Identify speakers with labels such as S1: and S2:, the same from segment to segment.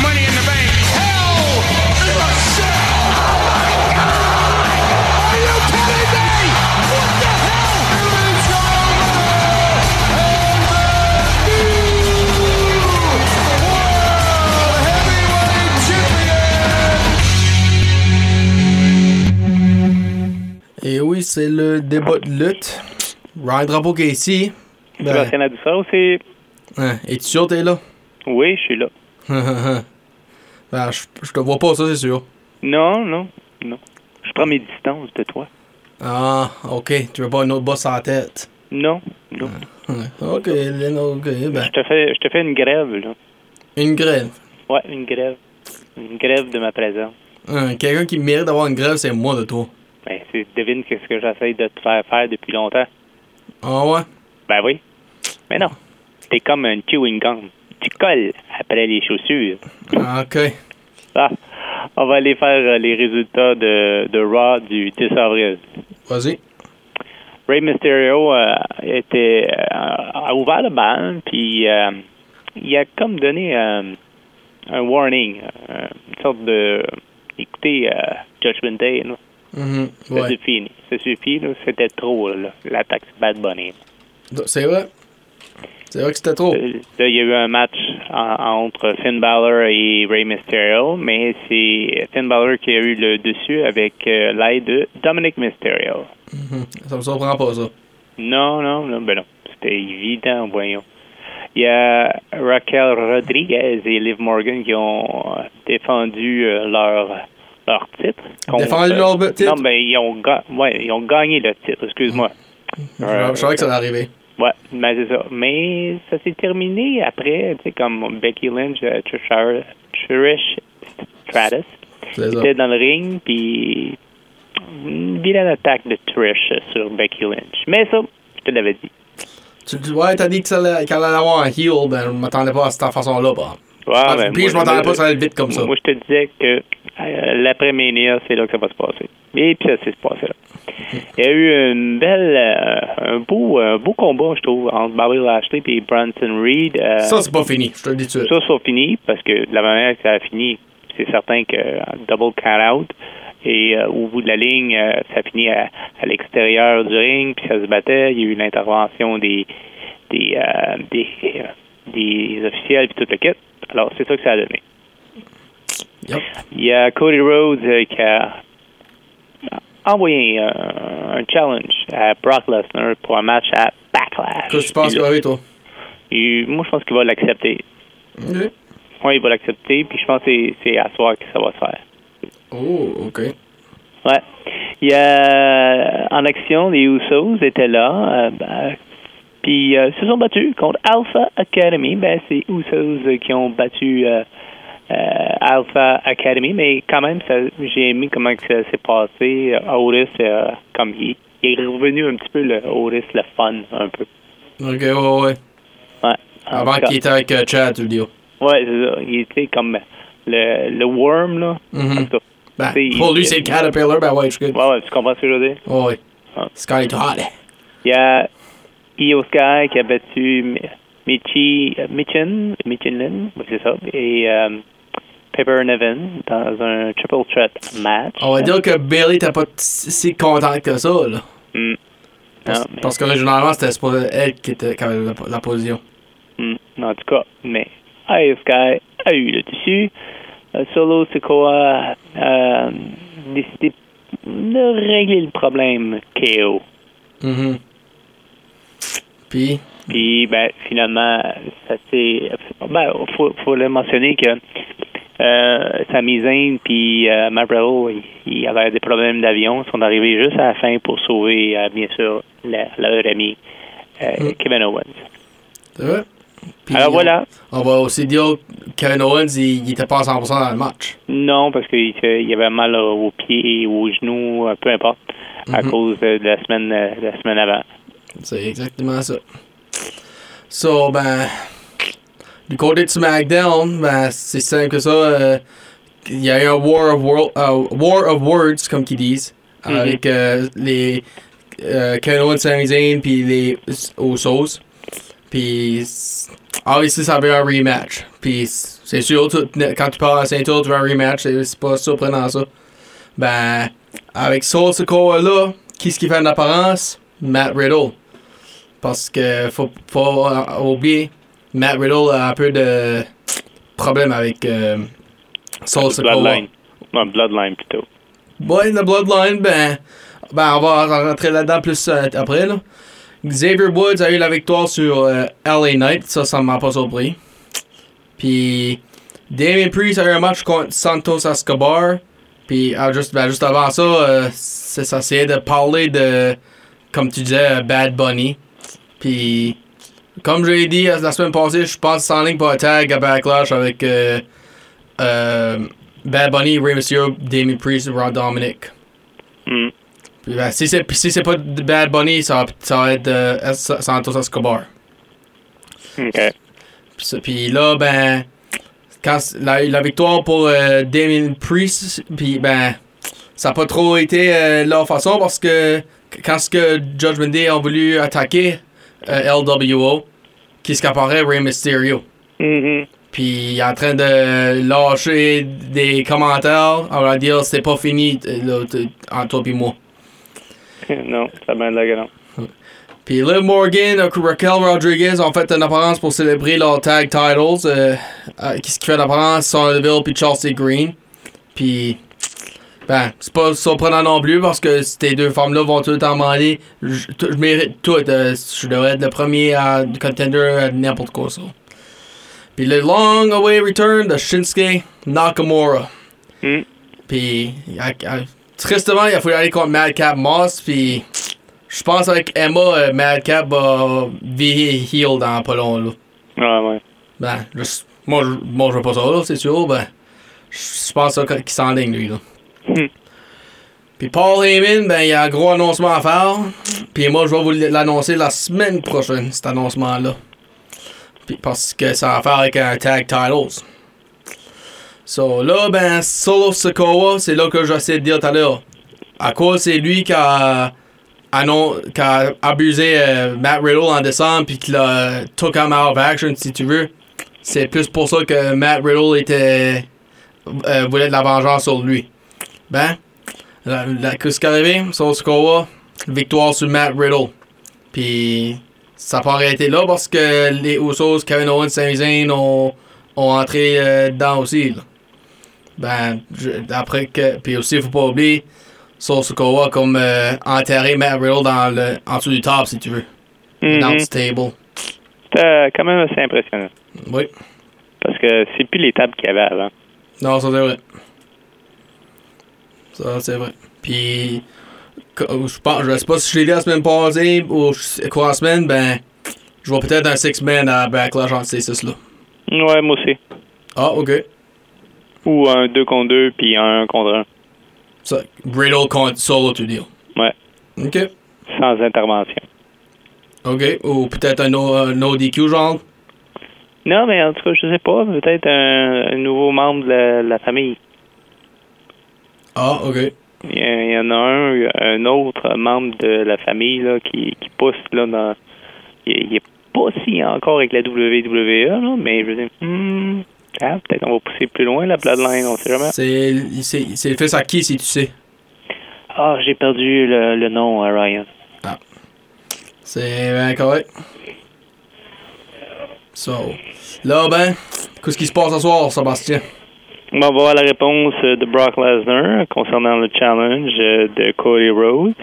S1: Money in the Bank. Hell in a Cell. Are you kidding me? What the hell?
S2: Et Eh oui, c'est le débat de lutte. Ryan Drapeau qui est ici. Ben,
S3: Sébastien Adoussa aussi.
S2: hein, Es-tu sûr t'es là?
S3: Oui, je suis là.
S2: ben, je, je te vois pas, ça, c'est sûr.
S3: Non, non, non. Je prends mes distances de toi.
S2: Ah, ok. Tu veux pas une autre bosse à la tête.
S3: Non, non.
S2: Ouais. Ok, Lynn, ok. Ben,
S3: Je te fais, je te fais une grève, là.
S2: une grève.
S3: Ouais, une grève. Une grève de ma présence.
S2: Hein, Quelqu'un qui mérite d'avoir une grève, c'est moi de toi.
S3: Ben, c'est, devine ce que j'essaie de te faire faire depuis longtemps.
S2: Ah ouais?
S3: Ben oui. Mais non. T'es comme un chewing gum. Tu colles après les chaussures.
S2: Ah, ok.
S3: Ah, on va aller faire euh, les résultats de, de Raw du 10 avril.
S2: Vas-y.
S3: Ray Mysterio euh, était euh, a ouvert le bal, puis euh, il a comme donné euh, un warning, euh, une sorte de écoutez euh, Judgment Day, là,
S2: Mhm,
S3: ça
S2: ouais.
S3: suffit, là. ça suffit, là, c'était trop là, l'attaque de Bad Bunny.
S2: C'est vrai. C'est vrai que c'était trop.
S3: Euh, Là, il y a eu un match en- entre Finn Balor et Ray Mysterio, mais c'est Finn Balor qui a eu le dessus avec euh, l'aide de Dominic Mysterio.
S2: Mhm. Ça me surprend pas, ça.
S3: Non, non, non, ben non. C'était évident, voyons. Il y a Raquel Rodriguez et Liv Morgan qui ont euh, défendu euh, leur, leur titre. contre- euh,
S2: Défendu leur be- titre?
S3: Non, mais ils ont, ga- ouais, ils ont gagné le titre, excuse-moi.
S2: Je- je savais que ça allait arriver.
S3: Ouais, mais c'est ça. Mais ça s'est terminé après, tu sais, comme Becky Lynch, euh, Trish, Trish Stratus
S2: C'est ça.
S3: était dans le ring, puis une vilaine attaque de Trish sur Becky Lynch. Mais ça, je te l'avais dit.
S2: Tu dis, ouais, t'as dit que ça allait- qu'elle allait avoir un heel, ben, je m'attendais pas à cette façon-là, par exemple.
S3: Ouais,
S2: Ah,
S3: ben,
S2: puis
S3: moi,
S2: je m'entendais pas que ça allait vite comme ça.
S3: Moi, je te disais que euh, l'après-mania, c'est là que ça va se passer. Et puis, ça s'est passé là. Il y a eu une belle, euh, un, beau, un beau combat, je trouve, entre Bobby Lashley et Bronson Reed. Euh,
S2: Ça, c'est pas fini, je te le dis tout de suite.
S3: ça, ça finit, parce que de la manière que ça a fini, c'est certain que euh, double count-out. Et euh, au bout de la ligne, euh, ça finit à, à l'extérieur du ring, puis ça se battait. Il y a eu l'intervention des des, euh, des, euh, des officiels, puis tout le kit. Alors, c'est ça que ça a donné.
S2: Yep.
S3: Il y a Cody Rhodes euh, qui a envoyé euh, un challenge à Brock Lesnar pour un match à Backlash.
S2: Qu'est-ce que tu penses
S3: Puis
S2: qu'il
S3: là,
S2: va arriver, toi?
S3: il- Moi, je pense qu'il va l'accepter.
S2: Ok.
S3: Oui, il va l'accepter, puis je pense que c'est- c'est à soir que ça va se faire.
S2: Oh, ok.
S3: Ouais. Il y a, euh, en action, les Usos étaient là, euh, ben, puis euh, se sont battus contre Alpha Academy. Ben, c'est Usos euh, qui ont battu euh, euh, Alpha Academy, mais quand même, ça, j'ai aimé comment que ça s'est passé. Euh, Otis, euh, comme il, il est revenu un petit peu, le Otis, le fun, un peu.
S2: Ok, ouais, ouais.
S3: Ouais. En
S2: Avant
S3: tout cas,
S2: qu'il était avec euh, Chad, tu le dis. oh.
S3: Ouais, c'est ça. Il était comme le, le worm, là.
S2: Mhm.
S3: En tout cas,
S2: Ben,
S3: Ah, C'est-
S2: pour lui, c'est le Caterpillar, ben ouais, je suis
S3: Ouais, ouais, tu comprends ce que je veux dire?
S2: Ouais, ouais.
S3: Ah.
S2: C'est quand hein. il est hot, là.
S3: Il y a Io Sky qui a battu Mi- Michi, Michin, Michin Lin, oui, c'est ça, et euh, Pepper Nevin dans un triple threat match.
S2: On va dire que Bailey t'es pas t- si content que ça, là.
S3: Mm.
S2: Parce,
S3: Non, mais-
S2: parce que originalement, c'était supposé elle qui était quand même la, la position.
S3: Hmm, en tout cas, mais Io Sky a eu le dessus. Euh, Solo Sikoa a décidé de régler le problème KO.
S2: Mhm. Puis,
S3: Puis, ben, finalement, ça s'est. Ben, faut, faut le mentionner que euh, Sami Zayn puis euh, Matt Riddle, ils ils avaient des problèmes d'avion. Ils sont arrivés juste à la fin pour sauver, euh, bien sûr, la- leur ami euh,
S2: Mm.
S3: Kevin Owens.
S2: c'est vrai? Puis, euh,
S3: Alors
S2: on-
S3: voilà.
S2: On va aussi dire que Kevin Owens, il, il était pas à 100% dans le match.
S3: Non, parce qu'il il avait mal aux pieds et aux genoux, euh, peu importe, à
S2: Mhm.
S3: cause de la semaine, euh, de la semaine avant.
S2: C'est exactement ça. So, ben. Du côté de SmackDown, ben, c'est simple que ça. euh, Il y a eu un War of, World, euh, War of Words, comme qu'ils disent,
S3: Mhm.
S2: avec euh, les euh, Kano et Sami Zayn, puis les Osos. Puis, c'est- obviously, ça va être un rematch. Puis, c'est sûr, tu- quand tu parles à Saint-Tour, tu veux un rematch, c'est c'est pas surprenant ça. Ben, avec Soul Sokoa là, qu'est-ce qui fait en apparence? Matt Riddle. Parce que faut pas euh, oublier, Matt Riddle a un peu de problème avec euh, Soul Sokoa.
S3: Bloodline. Non, Bloodline plutôt.
S2: Boy in the Bloodline, ben, ben on va rentrer là-dedans plus euh, après. Là. Xavier Woods a eu la victoire sur euh, LA Knight, ça, ça m'a pas surpris. Puis, Damien Priest a eu un match contre Santos Escobar. Puis, ah, juste, ben, juste avant ça, euh, c'est ça essayait de parler de, comme tu disais, euh, Bad Bunny. Puis, comme je l'ai dit euh, la semaine passée, je pense en ligne pour un tag à Backlash avec euh, euh, Bad Bunny, Rey Mysterio, Damien Priest, Raw Dominic.
S3: Hmm.
S2: Puis, ben, si c'est puis si c'est pas de Bad Bunny, ça va, ça va être euh, S- Santos Escobar.
S3: OK.
S2: Puis ça- Puis là, ben, quand c- la, la victoire pour euh, Damien Priest, puis ben, ça n'a pas trop été euh, leur façon parce que quand ce que Judgment Day ont voulu attaquer euh, LWO, qu'est-ce qu'apparaît Rey Mysterio?
S3: Mhm.
S2: Puis il est en train de euh, lâcher des commentaires, on va dire c'est pas fini euh, là, t- entre toi et moi.
S3: Non, ça m'a l'air que non.
S2: Puis Liv Morgan et Raquel Rodriguez ont fait une apparence pour célébrer leurs tag titles. Euh, euh, Qu'est-ce qui fait l'apparence? Sonya Deville puis Chelsea Green. Puis, ben, c'est pas surprenant non plus parce que ces deux femmes-là vont tout le temps demander. Je tout- je mérite tout. euh, je devrais être le premier à, contender à n'importe quoi, ça. Puis le long away return de Shinsuke Nakamura.
S3: Hmm.
S2: Puis, à- à- tristement, il a fallu aller contre Madcap Moss. Puis. Je pense avec Emma, euh, Madcap va virer heel dans pas long, là.
S3: Ah, ouais.
S2: Ben, juste, moi, je, moi, je veux pas ça, là, c'est sûr, ben, je je pense ça, qu'il s'enligne, lui, là.
S3: Hmm.
S2: Puis Paul Heyman, ben, il y a un gros annoncement à faire. Puis moi, je vais vous l'annoncer la semaine prochaine, cet annoncement-là. Puis parce que ça va faire avec un tag titles. So, là, ben, Solo Sokoa, c'est là que j'essaie de dire tout à l'heure. À quoi c'est lui qui a, annon- qui a abusé euh, Matt Riddle en décembre, puis qui l'a took him out of action, si tu veux. C'est plus pour ça que Matt Riddle était, euh, voulait de la vengeance sur lui. Ben, la, la, qu'est-ce qui est arrivé? Solo Sokoa, victoire sur Matt Riddle. Puis ça peut arrêter là parce que les Usos, Kevin Owens, Sami Zayn ont, ont entré euh, dedans aussi. là. Ben, je- après que. Puis aussi, faut pas oublier, Solo Sokoa comme euh, enterré Matt Riddle dans le, en dessous du top, si tu veux.
S3: Mhm.
S2: Dans le table.
S3: C'était Euh, quand même assez impressionnant.
S2: Oui.
S3: Parce que c'est plus les tables qu'il y avait avant.
S2: Non, ça c'est vrai. Ça c'est vrai. Puis, co- je pense, je sais pas si je l'ai dit la semaine passée ou je- quoi en semaine, ben, je vois peut-être un six-man à Backlash entre ces six-là.
S3: Ouais, moi aussi.
S2: Ah, ok.
S3: Ou un 2 contre 2 puis un 1 contre
S2: Ça, Riddle contre Solo, tu dis.
S3: 1. Ouais.
S2: Ok.
S3: Sans intervention.
S2: Ok. Ou peut-être un no, un no DQ genre.
S3: Non, mais en tout cas, je sais pas. Peut-être un, un nouveau membre de la, la famille.
S2: Ah, ok.
S3: Il y, a- il y en a un, un autre membre de la famille là, qui, qui pousse là dans. Il, il est pas si encore avec la WWE, là, mais je veux dire, hmm, ah, peut-être on va pousser plus loin la Bloodline, on sait jamais.
S2: C'est c'est- c'est le fils à qui, si tu sais.
S3: Ah, j'ai perdu le, le nom, hein, Ryan.
S2: C'est bien correct. So. Là, ben, qu'est-ce qui se passe ce soir, Sébastien?
S3: On va voir la réponse euh, de Brock Lesnar concernant le challenge euh, de Cody Rhodes.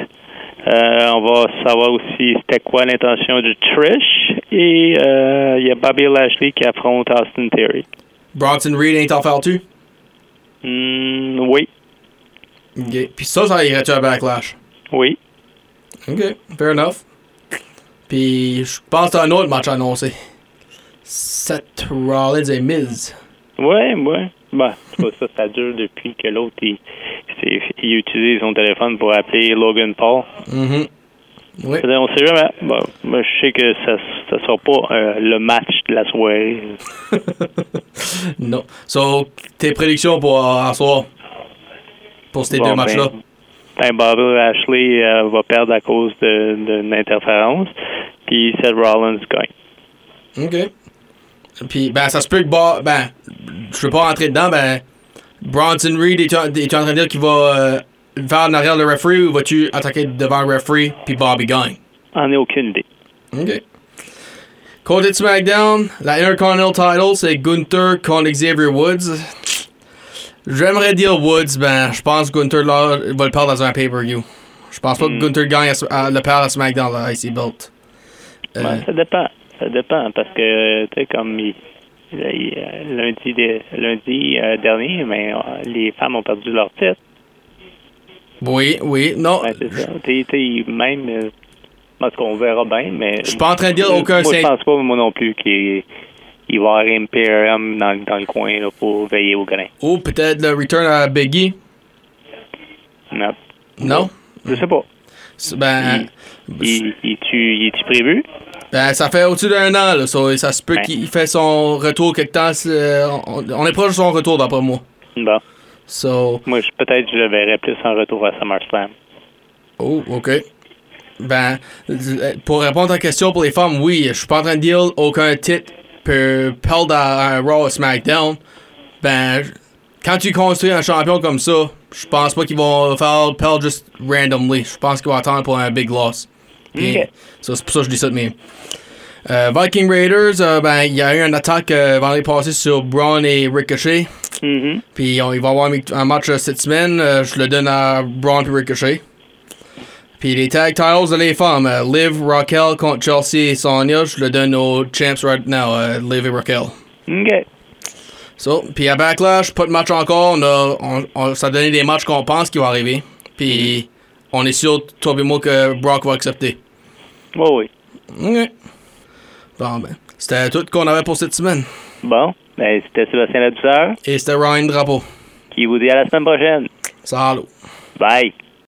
S3: Euh, on va savoir aussi c'était quoi l'intention de Trish. Et euh, il y a Bobby Lashley qui affronte Austin Theory.
S2: Bronson Reed ain't en faire-tu?
S3: Hmm, oui,
S2: Ok. Puis ça, ça irait-tu à Backlash?
S3: oui.
S2: Ok, fair enough. Puis je pense à un autre match annoncé. Seth Rollins et Miz.
S3: Ouais, ouais. Bah, c'est pas ça, ça dure depuis que l'autre il, c'est- il utilise son téléphone pour appeler Logan Paul.
S2: Mhm. Oui.
S3: C'est-à-dire, On sait jamais. Bon, moi, je sais que ça ne sera pas euh, le match de la soirée.
S2: Non. So, tes prédictions pour euh, en soir? Pour ces
S3: Bon,
S2: deux
S3: ben,
S2: matchs-là?
S3: Ben, Bobby Ashley va perdre à cause de- d'une interférence. Puis Seth Rollins gagne.
S2: OK. Puis, ben, ça se peut que... Bo- ben, je veux pas rentrer dedans, ben... Bronson Reed, es-tu en, es-tu en train de dire qu'il va euh, vers en arrière le referee ou vas-tu attaquer devant le referee puis Bobby gagne?
S3: On est aucune idée.
S2: OK. Côté de SmackDown, la Intercontinental title, c'est Gunther contre Xavier Woods. J'aimerais dire Woods, ben, je pense que Gunther là, va le perdre dans un pay-per-view. Je pense pas que
S3: Hmm.
S2: Gunther gagne à, S- à- le perd à SmackDown, la IC Belt. Euh,
S3: Ouais, Ben, ça dépend. Ça dépend parce que, tu sais, comme il- il- euh, lundi, dé- lundi euh, dernier, mais euh, les femmes ont perdu leur titre.
S2: Oui, oui, non.
S3: Ouais, c'est ça. T'es- t'es- même, euh, parce qu'on verra bien, mais.
S2: Je suis pas en train de dire aucun
S3: Hmm. Moi, je
S2: Saint-
S3: pense pas, moi non plus, qu'il il va y avoir Imperium dans, dans le coin là, pour veiller au grain.
S2: Ou Oh, peut-être le return à Biggie.
S3: Non.
S2: Non?
S3: Je sais pas. Hmm.
S2: C'est- Ben,
S3: Il, il, tu, il est-tu prévu?
S2: ben, ça fait au-dessus d'un an, là. so, ça se peut
S3: Ouais.
S2: qu'il fait son retour quelque temps. c'est- On, on est proche de son retour, d'après moi.
S3: Bon.
S2: So,
S3: Moi, je- peut-être je le verrai plus en retour à SummerSlam.
S2: Oh, OK. Ben, euh, pour répondre à ta question pour les femmes, oui, je suis pas en train de dire aucun titre peut perdre à, à Raw ou SmackDown. Ben, je- quand tu construis un champion comme ça, je pense pas qu'ils vont faire perdre juste randomly. Je pense qu'ils vont attendre pour un big loss. Puis,
S3: Ok.
S2: ça, c'est pour ça que je dis ça de même. Euh, Viking Raiders, euh, ben, il y a eu une attaque euh, vendredi passé sur Braun et Ricochet.
S3: Mhm.
S2: Puis on- il va avoir un mic- un match euh, cette semaine. Euh, je le donne à Braun et Ricochet. Puis les tag titles de les femmes. euh, Liv, Raquel contre Chelsea et Sonia. Je le donne aux champs right now. euh, Liv et Raquel.
S3: OK.
S2: So, puis à Backlash, pas de match encore. On a, on, on- ça a donné des matchs qu'on pense qui vont arriver. Puis on est sûr, toi et moi, que Brock va accepter.
S3: Oh, oui.
S2: Ok. Bon, ben. C'était tout qu'on avait pour cette semaine.
S3: Bon. Ben, c'était Sébastien Ladouceur
S2: Et c'était Ryan Drapeau.
S3: qui vous dit à la semaine prochaine.
S2: Salut.
S3: Bye.